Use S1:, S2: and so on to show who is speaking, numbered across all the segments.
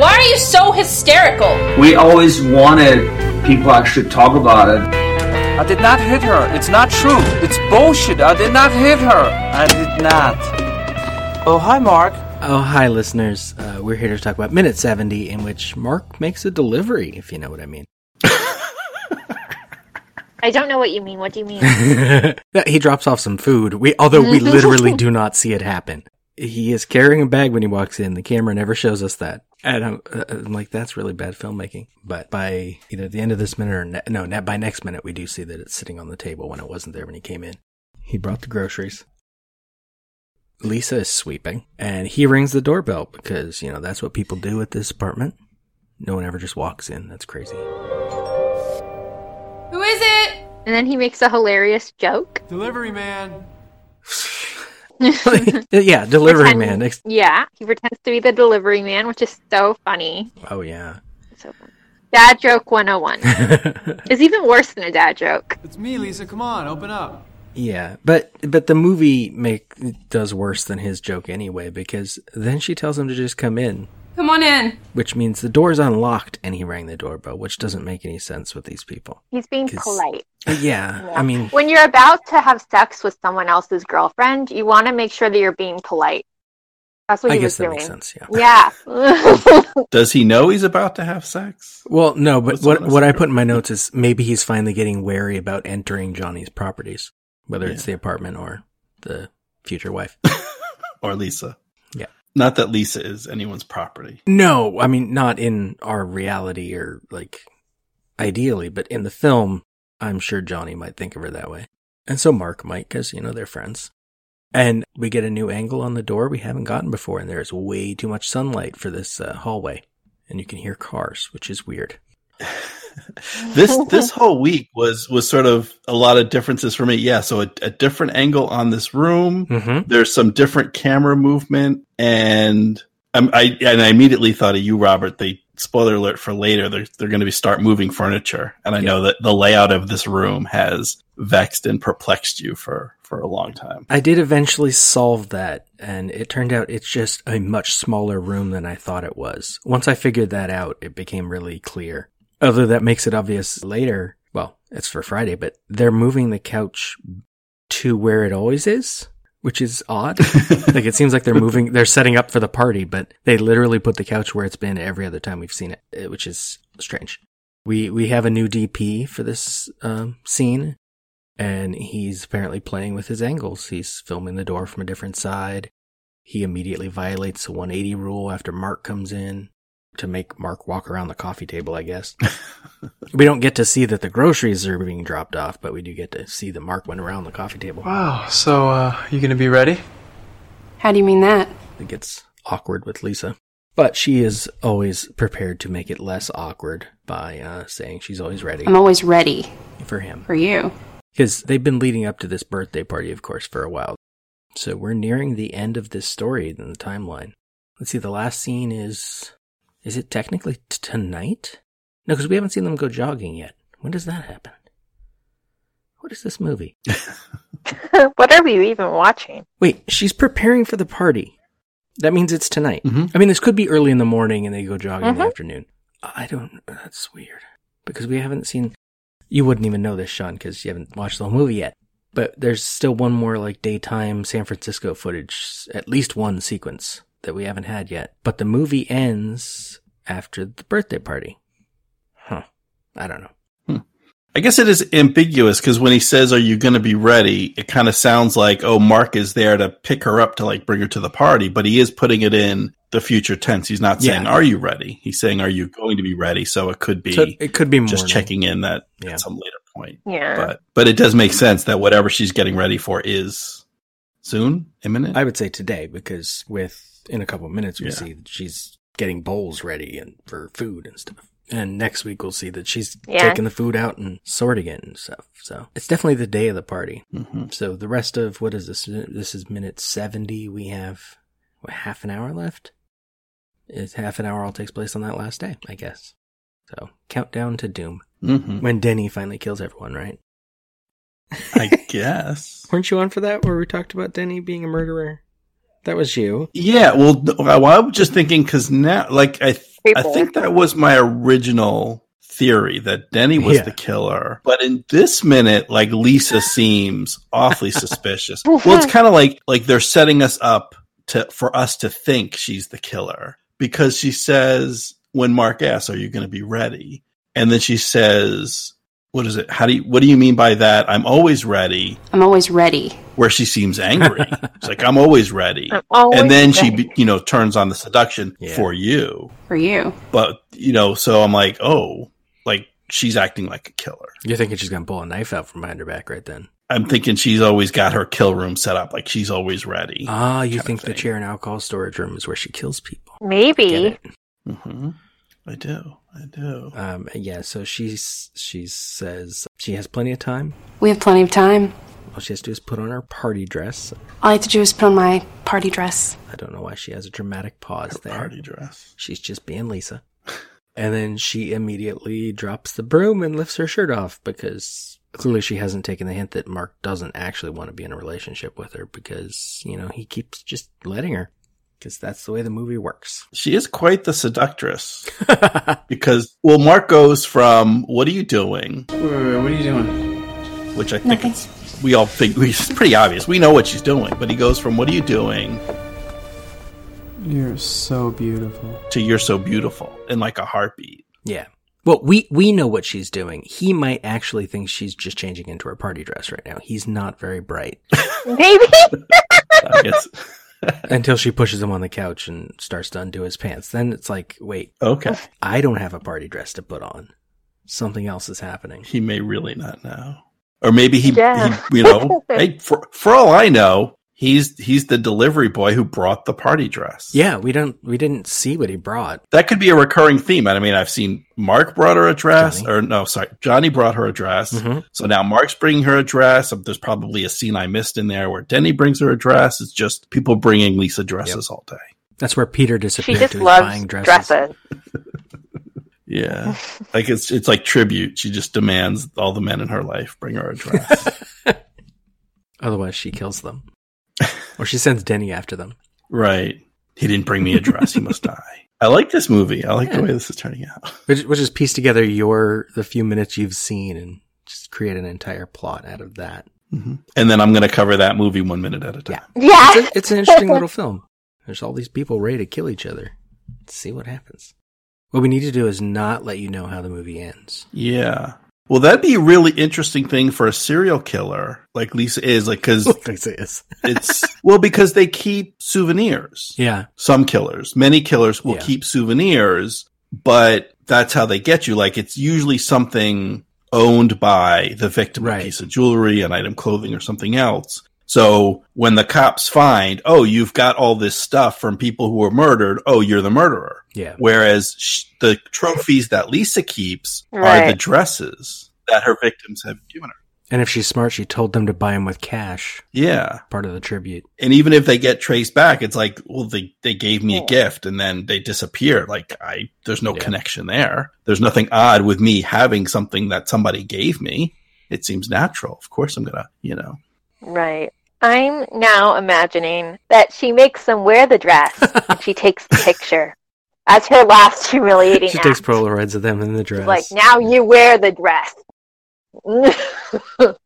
S1: Why are you so hysterical?
S2: We always wanted people actually talk about it.
S3: I did not hit her. It's not true. It's bullshit. I did not hit her. I did not. Oh, hi, Mark.
S4: Oh, hi, listeners. Uh, we're here to talk about Minute 70, in which Mark makes a delivery, if you know what I mean.
S5: I don't know what you mean. What do you mean?
S4: No, he drops off some food, we, although we literally do not see it happen. He is carrying a bag when he walks in. The camera never shows us that. And I'm, uh, I'm like, that's really bad filmmaking. But by either the end of this minute or ne- no, ne- by next minute, we do see that it's sitting on the table when it wasn't there when he came in. He brought the groceries. Lisa is sweeping and he rings the doorbell because, you know, that's what people do at this apartment. No one ever just walks in. That's crazy.
S1: Who is it?
S5: and then he makes a hilarious joke.
S3: Delivery man.
S4: yeah, delivery
S5: Pretend-
S4: man. Ex-
S5: Yeah, he pretends to be the delivery man, which is so funny.
S4: Oh, yeah.
S5: So funny. Dad joke 101 is even worse than a dad joke.
S3: It's me, Lisa. Come on, open up.
S4: Yeah, but but the movie make does worse than his joke anyway because then she tells him to just come in,
S1: Come on in.
S4: which means the door's unlocked and he rang the doorbell, which doesn't make any sense with these people.
S5: He's being
S4: 'Cause-
S5: polite.
S4: But yeah, I mean,
S5: When you're about to have sex with someone else's girlfriend, you want to make sure that you're being polite. That's what
S4: I
S5: he was
S4: guess that
S5: doing.
S4: makes sense. Yeah.
S5: Yeah.
S6: Does he know he's about to have sex?
S4: Well, no, but
S6: That's
S4: what
S6: what I
S4: what I
S6: said.
S4: put in my notes is maybe he's finally getting wary about entering Johnny's properties, whether it's the apartment or the future wife.
S6: Or Lisa?
S4: Yeah.
S6: Not that Lisa is anyone's property.
S4: No, I mean not in our reality or like ideally, but in the film, I'm sure Johnny might think of her that way, and so Mark might because you know they're friends. And we get a new angle on the door we haven't gotten before, and there's way too much sunlight for this uh, hallway, and you can hear cars, which is weird.
S6: This this whole week was was sort of a lot of differences for me. Yeah, so a, a different angle on this room.
S4: Mm-hmm.
S6: There's some different camera movement, and um, I and I immediately thought of you, Robert. They spoiler alert for later. They're they're going to be start moving furniture, and I know that the layout of this room has vexed and perplexed you for for a long time.
S4: I did eventually solve that, and it turned out it's just a much smaller room than I thought it was. Once I figured that out, it became really clear. Although that makes it obvious later. Well, it's for Friday, but they're moving the couch to where it always is, which is odd. like it seems like they're moving, they're setting up for the party, but they literally put the couch where it's been every other time we've seen it, eh, which is strange. We we have a new DP for this um, scene, and he's apparently playing with his angles. He's filming the door from a different side. He immediately violates the 180 rule after Mark comes in to make Mark walk around the coffee table, I guess. we don't get to see that the groceries are being dropped off, but we do get to see that Mark went around the coffee table.
S3: Wow. So, uh, you gonna be ready?
S1: How do you mean that?
S4: It gets awkward with Lisa. But she is always prepared to make it less awkward by uh, saying she's always ready
S1: I'm always ready
S4: for him.
S1: for you.
S4: Because they've been leading up to this birthday party, of course, for a while. So we're nearing the end of this story in the timeline. Let's see, the last scene is. Is it technically t- tonight? No, because we haven't seen them go jogging yet. When does that happen? What is this movie?
S5: what are we even watching?
S4: Wait, she's preparing for the party. That means it's tonight.
S6: Mhm.
S4: I mean, this could be early in the morning and they go jogging in the
S5: Mhm.
S4: afternoon. I don't. That's weird because we haven't seen. You wouldn't even know this, Sean, because you haven't watched the whole movie yet. But there's still one more like daytime San Francisco footage, at least one sequence that we haven't had yet. But the movie ends after the birthday party. Huh. I don't know.
S6: I guess it is ambiguous because when he says, "Are you going to be ready?" it kind of sounds like, "Oh, Mark is there to pick her up to like bring her to the party," but he is putting it in the future tense. He's not saying,
S4: Yeah.
S6: "Are you ready?" He's saying, "Are you going to be ready?" So it could be
S4: So it could be morning.
S6: just checking in that
S4: Yeah.
S6: at some later point.
S5: Yeah.
S6: But but it does make sense that whatever she's getting ready for is soon, imminent.
S4: I would say today because with in a couple of minutes we
S6: Yeah.
S4: see that she's getting bowls ready and for food and stuff. And next week we'll see that she's
S5: Yeah.
S4: taking the food out and sorting it and stuff. So it's definitely the day of the party.
S6: Mm-hmm.
S4: So the rest of what is this? This is minute seventy. We have what, half an hour left. Is half an hour all takes place on that last day, I guess. So countdown to doom
S6: Mm-hmm.
S4: when Denny finally kills everyone, right?
S6: I guess.
S4: Weren't you on for that where we talked about Denny being a murderer? That was you.
S6: Yeah, well, th- well, I'm just thinking because now, like, I th- I
S5: People.
S6: think that was my original theory that Denny was
S4: Yeah.
S6: the killer, but in this minute, like, Lisa seems awfully suspicious. Well, it's kind of like like they're setting us up to for us to think she's the killer because she says when Mark asks, "Are you going to be ready?" and then she says, "What is it? How do you? What do you mean by that? I'm always ready."
S1: I'm always ready.
S6: Where she seems angry, it's like I'm always ready
S5: I'm always
S6: and then she
S5: ready.
S6: be- you know turns on the seduction
S4: Yeah.
S6: for you
S1: For you.
S6: but you know so i'm like oh like she's acting like a killer
S4: You're thinking she's gonna pull a knife out from behind her back right then.
S6: i'm thinking she's always got her kill room set up like she's always ready
S4: Ah, you
S6: Kinda
S4: think the
S6: thing.
S4: chair and alcohol storage room is where she kills people. Get
S5: Maybe.
S4: it.
S6: hmm i do i do
S4: Um, yeah, so she's she says she has plenty of time.
S1: We have plenty of time.
S4: All she has to do is put on her party dress.
S1: All I have to do is put on my party dress.
S4: I don't know why she has a dramatic pause there.
S6: party dress
S4: She's just being Lisa. And then she immediately drops the broom and lifts her shirt off because clearly she hasn't taken the hint that Mark doesn't actually want to be in a relationship with her because, you know, he keeps just letting her because that's the way the movie works.
S6: she is quite the seductress because well mark goes from what are you doing
S7: Wait, wait, wait, what are you doing?
S6: which i think it's we all think it's pretty obvious we know what she's doing but he goes from what are you doing
S7: You're so beautiful.
S6: to you're so beautiful in like a heartbeat
S4: yeah. Well, we, we know what she's doing. He might actually think she's just changing into her party dress right now. He's not very bright
S5: Maybe.
S6: i guess
S4: until she pushes him on the couch and starts to undo his pants. Then it's like, wait,
S6: okay
S4: I don't have a party dress to put on. Something else is happening.
S6: he may really not know or maybe he,
S5: Yeah.
S6: he you know hey, for, for all i know he's he's the delivery boy who brought the party dress
S4: Yeah, we don't we didn't see what he brought.
S6: that could be a recurring theme i mean i've seen mark brought her a dress
S4: Johnny. Mm-hmm.
S6: or no sorry johnny brought her a dress so now mark's bringing her a dress Um, there's probably a scene i missed in there where denny brings her a dress it's just people bringing lisa dresses all day
S4: That's where Peter
S5: she
S4: disappeared
S5: just
S4: to his
S5: loves
S4: buying dresses.
S5: dresses.
S6: yeah like it's it's like tribute she just demands all the men in her life bring her a dress
S4: Otherwise she kills them. or she sends Denny after them.
S6: Right. He didn't bring me a dress. he must die. I like this movie. I like the way this is turning out.
S4: Which which is piece together your the few minutes you've seen and just create an entire plot out of that.
S6: And then I'm going to cover that movie one minute at a time.
S5: Yeah.
S4: It's, a- it's an interesting little film. There's all these people ready to kill each other. Let's see what happens. What we need to do is not let you know how the movie ends.
S6: Yeah. Well, that'd be a really interesting thing for a serial killer like Lisa is, like, because it's, well, because they keep souvenirs.
S4: Yeah.
S6: Some killers, many killers will
S4: Yeah.
S6: keep souvenirs, but that's how they get you. Like, it's usually something owned by the victim,
S4: Right.
S6: a piece of jewelry, an item, clothing, or something else. So when the cops find, oh, you've got all this stuff from people who were murdered, oh, you're the murderer.
S4: Yeah.
S6: Whereas sh- the trophies that Lisa keeps are the
S5: Right.
S6: dresses that her victims have given her.
S4: And if she's smart, she told them to buy him with cash,
S6: Yeah.
S4: part of the tribute.
S6: And even if they get traced back, it's like, well, they, they gave me a gift and then they disappear. Like I, there's no
S4: Yeah.
S6: connection there. There's nothing odd with me having something that somebody gave me. It seems natural. Of course I'm going to, you know,
S5: Right. I'm now imagining that she makes them wear the dress and she takes the picture as her last humiliating
S4: She
S5: act.
S4: takes Polaroids of them in the dress.
S5: Like now you wear the dress.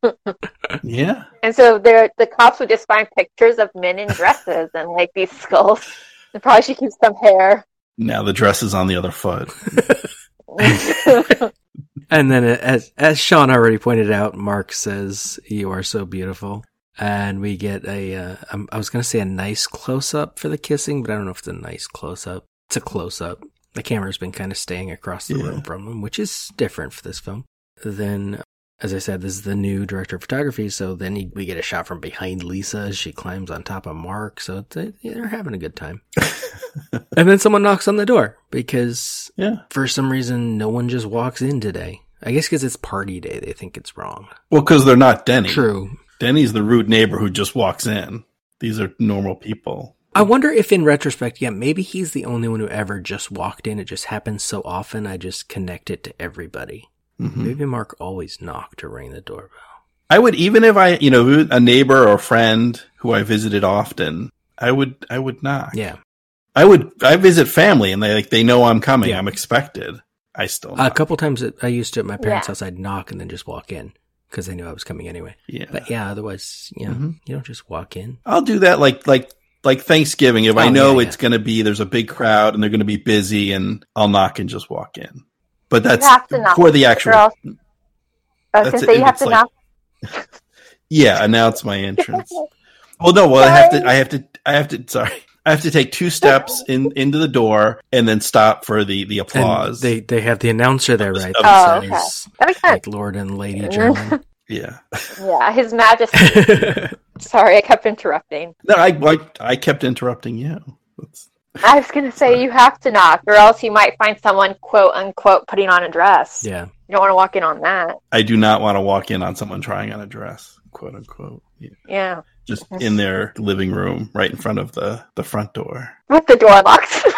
S6: yeah.
S5: and so there, the cops would just find pictures of men in dresses and like these skulls. And probably she keeps some hair.
S6: Now the dress is on the other foot.
S4: And then, uh, as as Sean already pointed out, Mark says, "You are so beautiful," and we get a. Uh, um, I was going to say a nice close up for the kissing, but I don't know if it's a nice close up. It's a close up. The camera's been kind of staying across the
S6: Yeah.
S4: room from him, which is different for this film. Then As I said, this is the new director of photography, so then he, we get a shot from behind Lisa as she climbs on top of Mark. So they, they're having a good time. and then someone knocks on the door because
S6: Yeah.
S4: for some reason no one just walks in today. I guess because it's party day, they think it's wrong.
S6: Well, because they're not Denny.
S4: True.
S6: Denny's the rude neighbor who just walks in. These are normal people.
S4: I wonder if in retrospect, yeah, maybe he's the only one who ever just walked in. It just happens so often. I just connect it to everybody.
S6: Mhm.
S4: Maybe Mark always knocked or rang the doorbell.
S6: I would even if I, you know, a neighbor or friend who I visited often, I would, I would knock.
S4: Yeah.
S6: I would, I visit family and they like they know I'm coming.
S4: Yeah. Uh,
S6: I'm expected. I still
S4: A
S6: knock.
S4: couple times that I used to at my parents'
S5: Yeah.
S4: house, I'd knock and then just walk in because they knew I was coming anyway.
S6: Yeah.
S4: But yeah, Mm-hmm. otherwise, you know,
S6: Mhm.
S4: you don't just walk in.
S6: I'll do that like like like Thanksgiving if I
S4: Oh,
S6: know
S4: yeah, yeah.
S6: it's going to be there's a big crowd and they're going to be busy and I'll knock and just walk in. But that's
S5: have to knock
S6: for the
S5: or
S6: actual
S5: else- I
S6: That's
S5: was going
S6: it,
S5: to say, you
S6: if
S5: have
S6: it's
S5: to
S6: like-
S5: knock.
S6: yeah, announce my entrance. well, no, well I have to I have to I have to sorry. I have to take two steps in into the door and then stop for the the
S4: And
S6: applause.
S4: they they have the announcer there, right?
S5: Oh,
S4: that
S5: okay.
S4: says,
S5: That makes sense.
S4: Like Lord and Lady German.
S6: yeah.
S5: Yeah, His Majesty. Sorry, I kept interrupting.
S6: No, I, I I kept interrupting you. That's,
S5: I was going to say, you have to knock, or else you might find someone, quote unquote, putting on a dress.
S4: yeah.
S5: You don't want to walk in on that.
S6: I do not want to walk in on someone trying on a dress, quote unquote. Yeah.
S5: Yeah.
S6: Just in their living room, right in front of the the front door.
S5: With the door locked.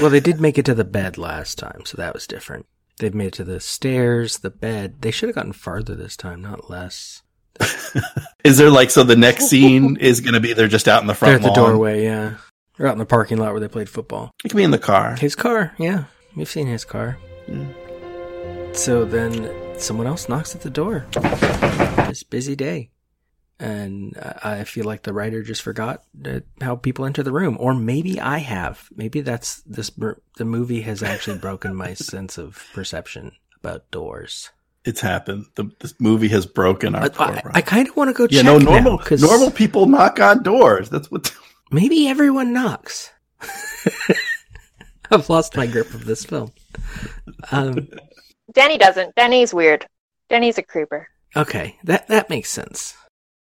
S4: Well, they did make it to the bed last time, so that was different. They've made it to the stairs, the bed. They should have gotten farther this time, not less.
S6: Is there like so the next scene is going to be they're just out in the
S4: They're
S6: front
S4: at the
S6: lawn?
S4: doorway, yeah. Or out in the parking lot where they played football.
S6: It could be in the car.
S4: His car, yeah. We've seen his car.
S6: Hmm.
S4: So then someone else knocks at the door. It's busy day. And I I feel like the writer just forgot that how people enter the room, or maybe I have. Maybe that's this. mer- The movie has actually broken my sense of perception about doors.
S6: It's happened. The, this movie has broken our.
S4: I,
S6: poor
S4: I,
S6: Ron.
S4: I kind of want to go
S6: yeah,
S4: check
S6: no
S4: now,
S6: normal
S4: 'cause
S6: normal people knock on doors. That's what.
S4: Maybe everyone knocks. I've lost my grip of this film. Um,
S5: Denny doesn't. Denny's weird. Denny's a creeper.
S4: Okay, that that makes sense.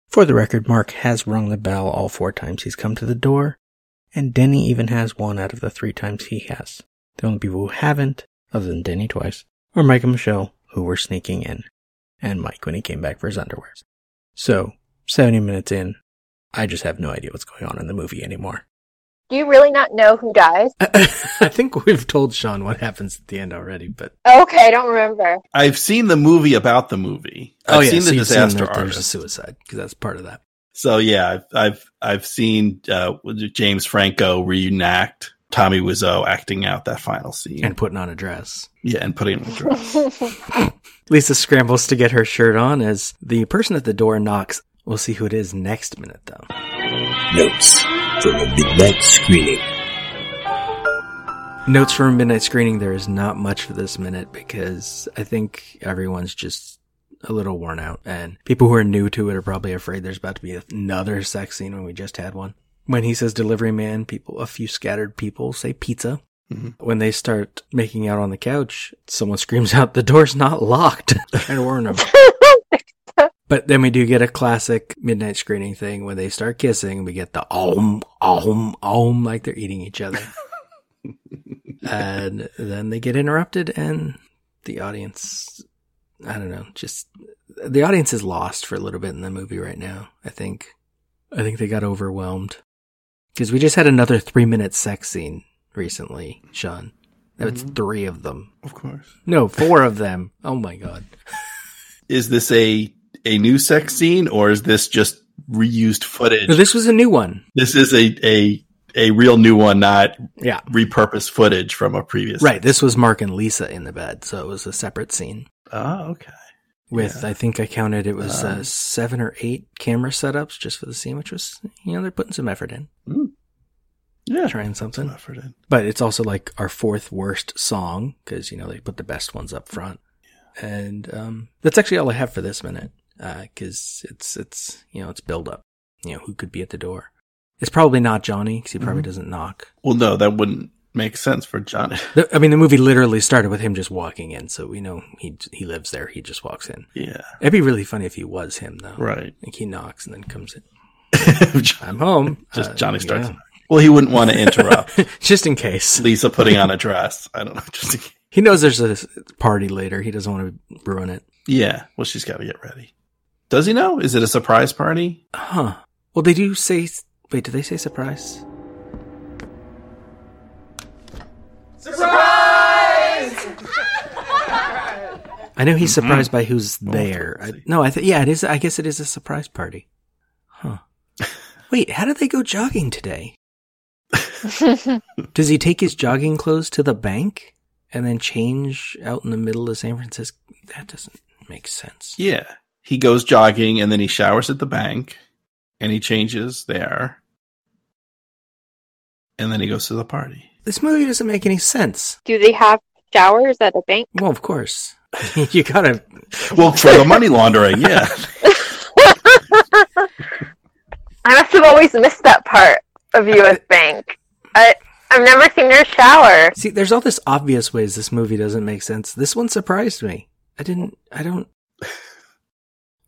S4: For the record, Mark has rung the bell all four times he's come to the door, and Denny even has one out of the three times he has. The only people who haven't, other than Denny twice, are Mike and Michelle, who were sneaking in, and Mike when he came back for his underwear. So, 70 minutes in, I just have no idea what's going on in the movie anymore.
S5: Do you really not know who dies?
S4: I think we've told Sean what happens at the end already, but
S5: Okay, I don't remember.
S6: I've seen the movie about the movie.
S4: Oh,
S6: I've seen the disaster
S4: there's a
S6: artist.
S4: suicide because that's part of that.
S6: So yeah, I've I've, I've seen uh, James Franco reenact Tommy Wiseau acting out that final scene.
S4: And putting on a dress.
S6: yeah, and putting him in a dress.
S4: Lisa scrambles to get her shirt on as the person at the door knocks. We'll see who it is next minute, though.
S8: Notes from a midnight screening.
S4: Notes from midnight screening. There is not much for this minute because I think everyone's just a little worn out, and people who are new to it are probably afraid there's about to be another sex scene when we just had one. When he says delivery man, people, a few scattered people say pizza.
S6: Mhm.
S4: When they start making out on the couch, someone screams out, "The door's not locked!" and warn them. But then we do get a classic midnight screening thing when they start kissing. We get the om, om, om, like they're eating each other. and then they get interrupted, and the audience, I don't know, just the audience is lost for a little bit in the movie right now. I think, I think they got overwhelmed because we just had another three minute sex scene recently, Sean. That's three of them.
S6: of course.
S4: No, four of them. Oh my God.
S6: Is this a a new sex scene or is this just reused footage?
S4: No, this was a new one.
S6: this is a a a real new one, not
S4: Yeah.
S6: repurposed footage from a previous.
S4: Right. This was Mark and Lisa in the bed, so it was a separate scene.
S6: Oh, okay.
S4: With
S6: Yeah.
S4: I think I counted it was uh,
S6: Um,
S4: seven or eight camera setups just for the scene, which was you know they're putting some effort in,
S6: Yeah.
S4: trying
S6: Some
S4: something.
S6: effort in.
S4: But it's also like our fourth worst song because you know they put the best ones up front, and um, that's actually all I have for this minute because it's it's you know it's build up.
S6: Mm-hmm.
S4: You know who could be at the door? It's probably not Johnny because he probably doesn't knock.
S6: Well, no, that wouldn't makes sense for John.
S4: The- I mean, the movie literally started with him just walking in, so we know he he lives there. He just walks in.
S6: Yeah.
S4: it'd be really funny if he was him though.
S6: Right.
S4: like he knocks and then comes in.
S6: I'm
S4: home.
S6: Just
S4: Uh,
S6: Johnny starts.
S4: yeah.
S6: Well, he wouldn't want to interrupt.
S4: just in case.
S6: Lisa putting on a dress. I don't know. Just in case.
S4: He knows there's a party later. He doesn't want to ruin it.
S6: Yeah. Well, she's got to get ready. Does he know? Is it a surprise party?
S4: Huh. Well, they do say. Wait, do they say surprise? I know he's surprised by who's there. I, no, I think yeah, it is. I guess it is a surprise party. Huh. Wait, how did they go jogging today? Does he take his jogging clothes to the bank and then change out in the middle of San Francisco? That doesn't make sense.
S6: Yeah. He goes jogging and then he showers at the bank and he changes there. And then he goes to the party.
S4: This movie doesn't make any sense.
S5: Do they have showers at the bank?
S4: Well, of course. you gotta.
S6: Well, for the money laundering, yeah.
S5: I must have always missed that part of U.S. Bank. I, I've never seen her shower.
S4: See, there's all this obvious ways this movie doesn't make sense. This one surprised me. I didn't. I don't.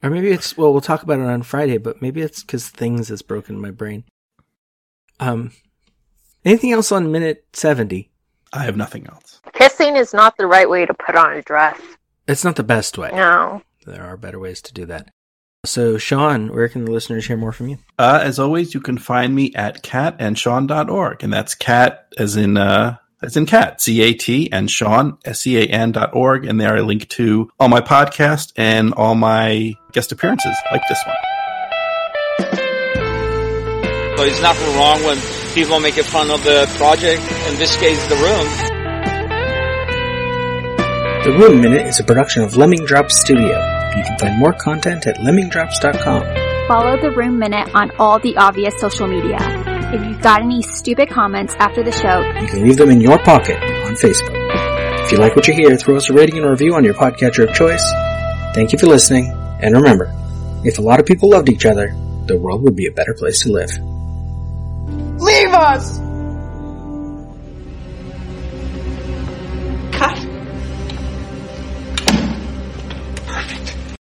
S4: Or maybe it's well. We'll talk about it on Friday, but maybe it's because things has broken my brain. Um, anything else on minute seventy?
S6: I have nothing else.
S5: Kissing is not the right way to put on a dress.
S4: It's not the best way.
S5: No.
S4: There are better ways to do that. So, Sean, where can the listeners hear more from you?
S6: Uh, as always, you can find me at catandshawn.org. And that's cat as in uh as in cat, C A T and Sean, S E A N dot org. And there I link to all my podcast and all my guest appearances, like this one.
S9: So it's nothing wrong when people make fun of the project, in this case, the room.
S4: The Room Minute is a production of Lemming Drops Studio. You can find more content at lemmingdrops.com.
S10: Follow the Room Minute on all the obvious social media. If you've got any stupid comments after the show,
S4: You can leave them in your pocket on Facebook. If you like what you hear, throw us a rating and review on your podcatcher of choice. Thank you for listening, and remember, if a lot of people loved each other, the world would be a better place to live.
S11: Leave us!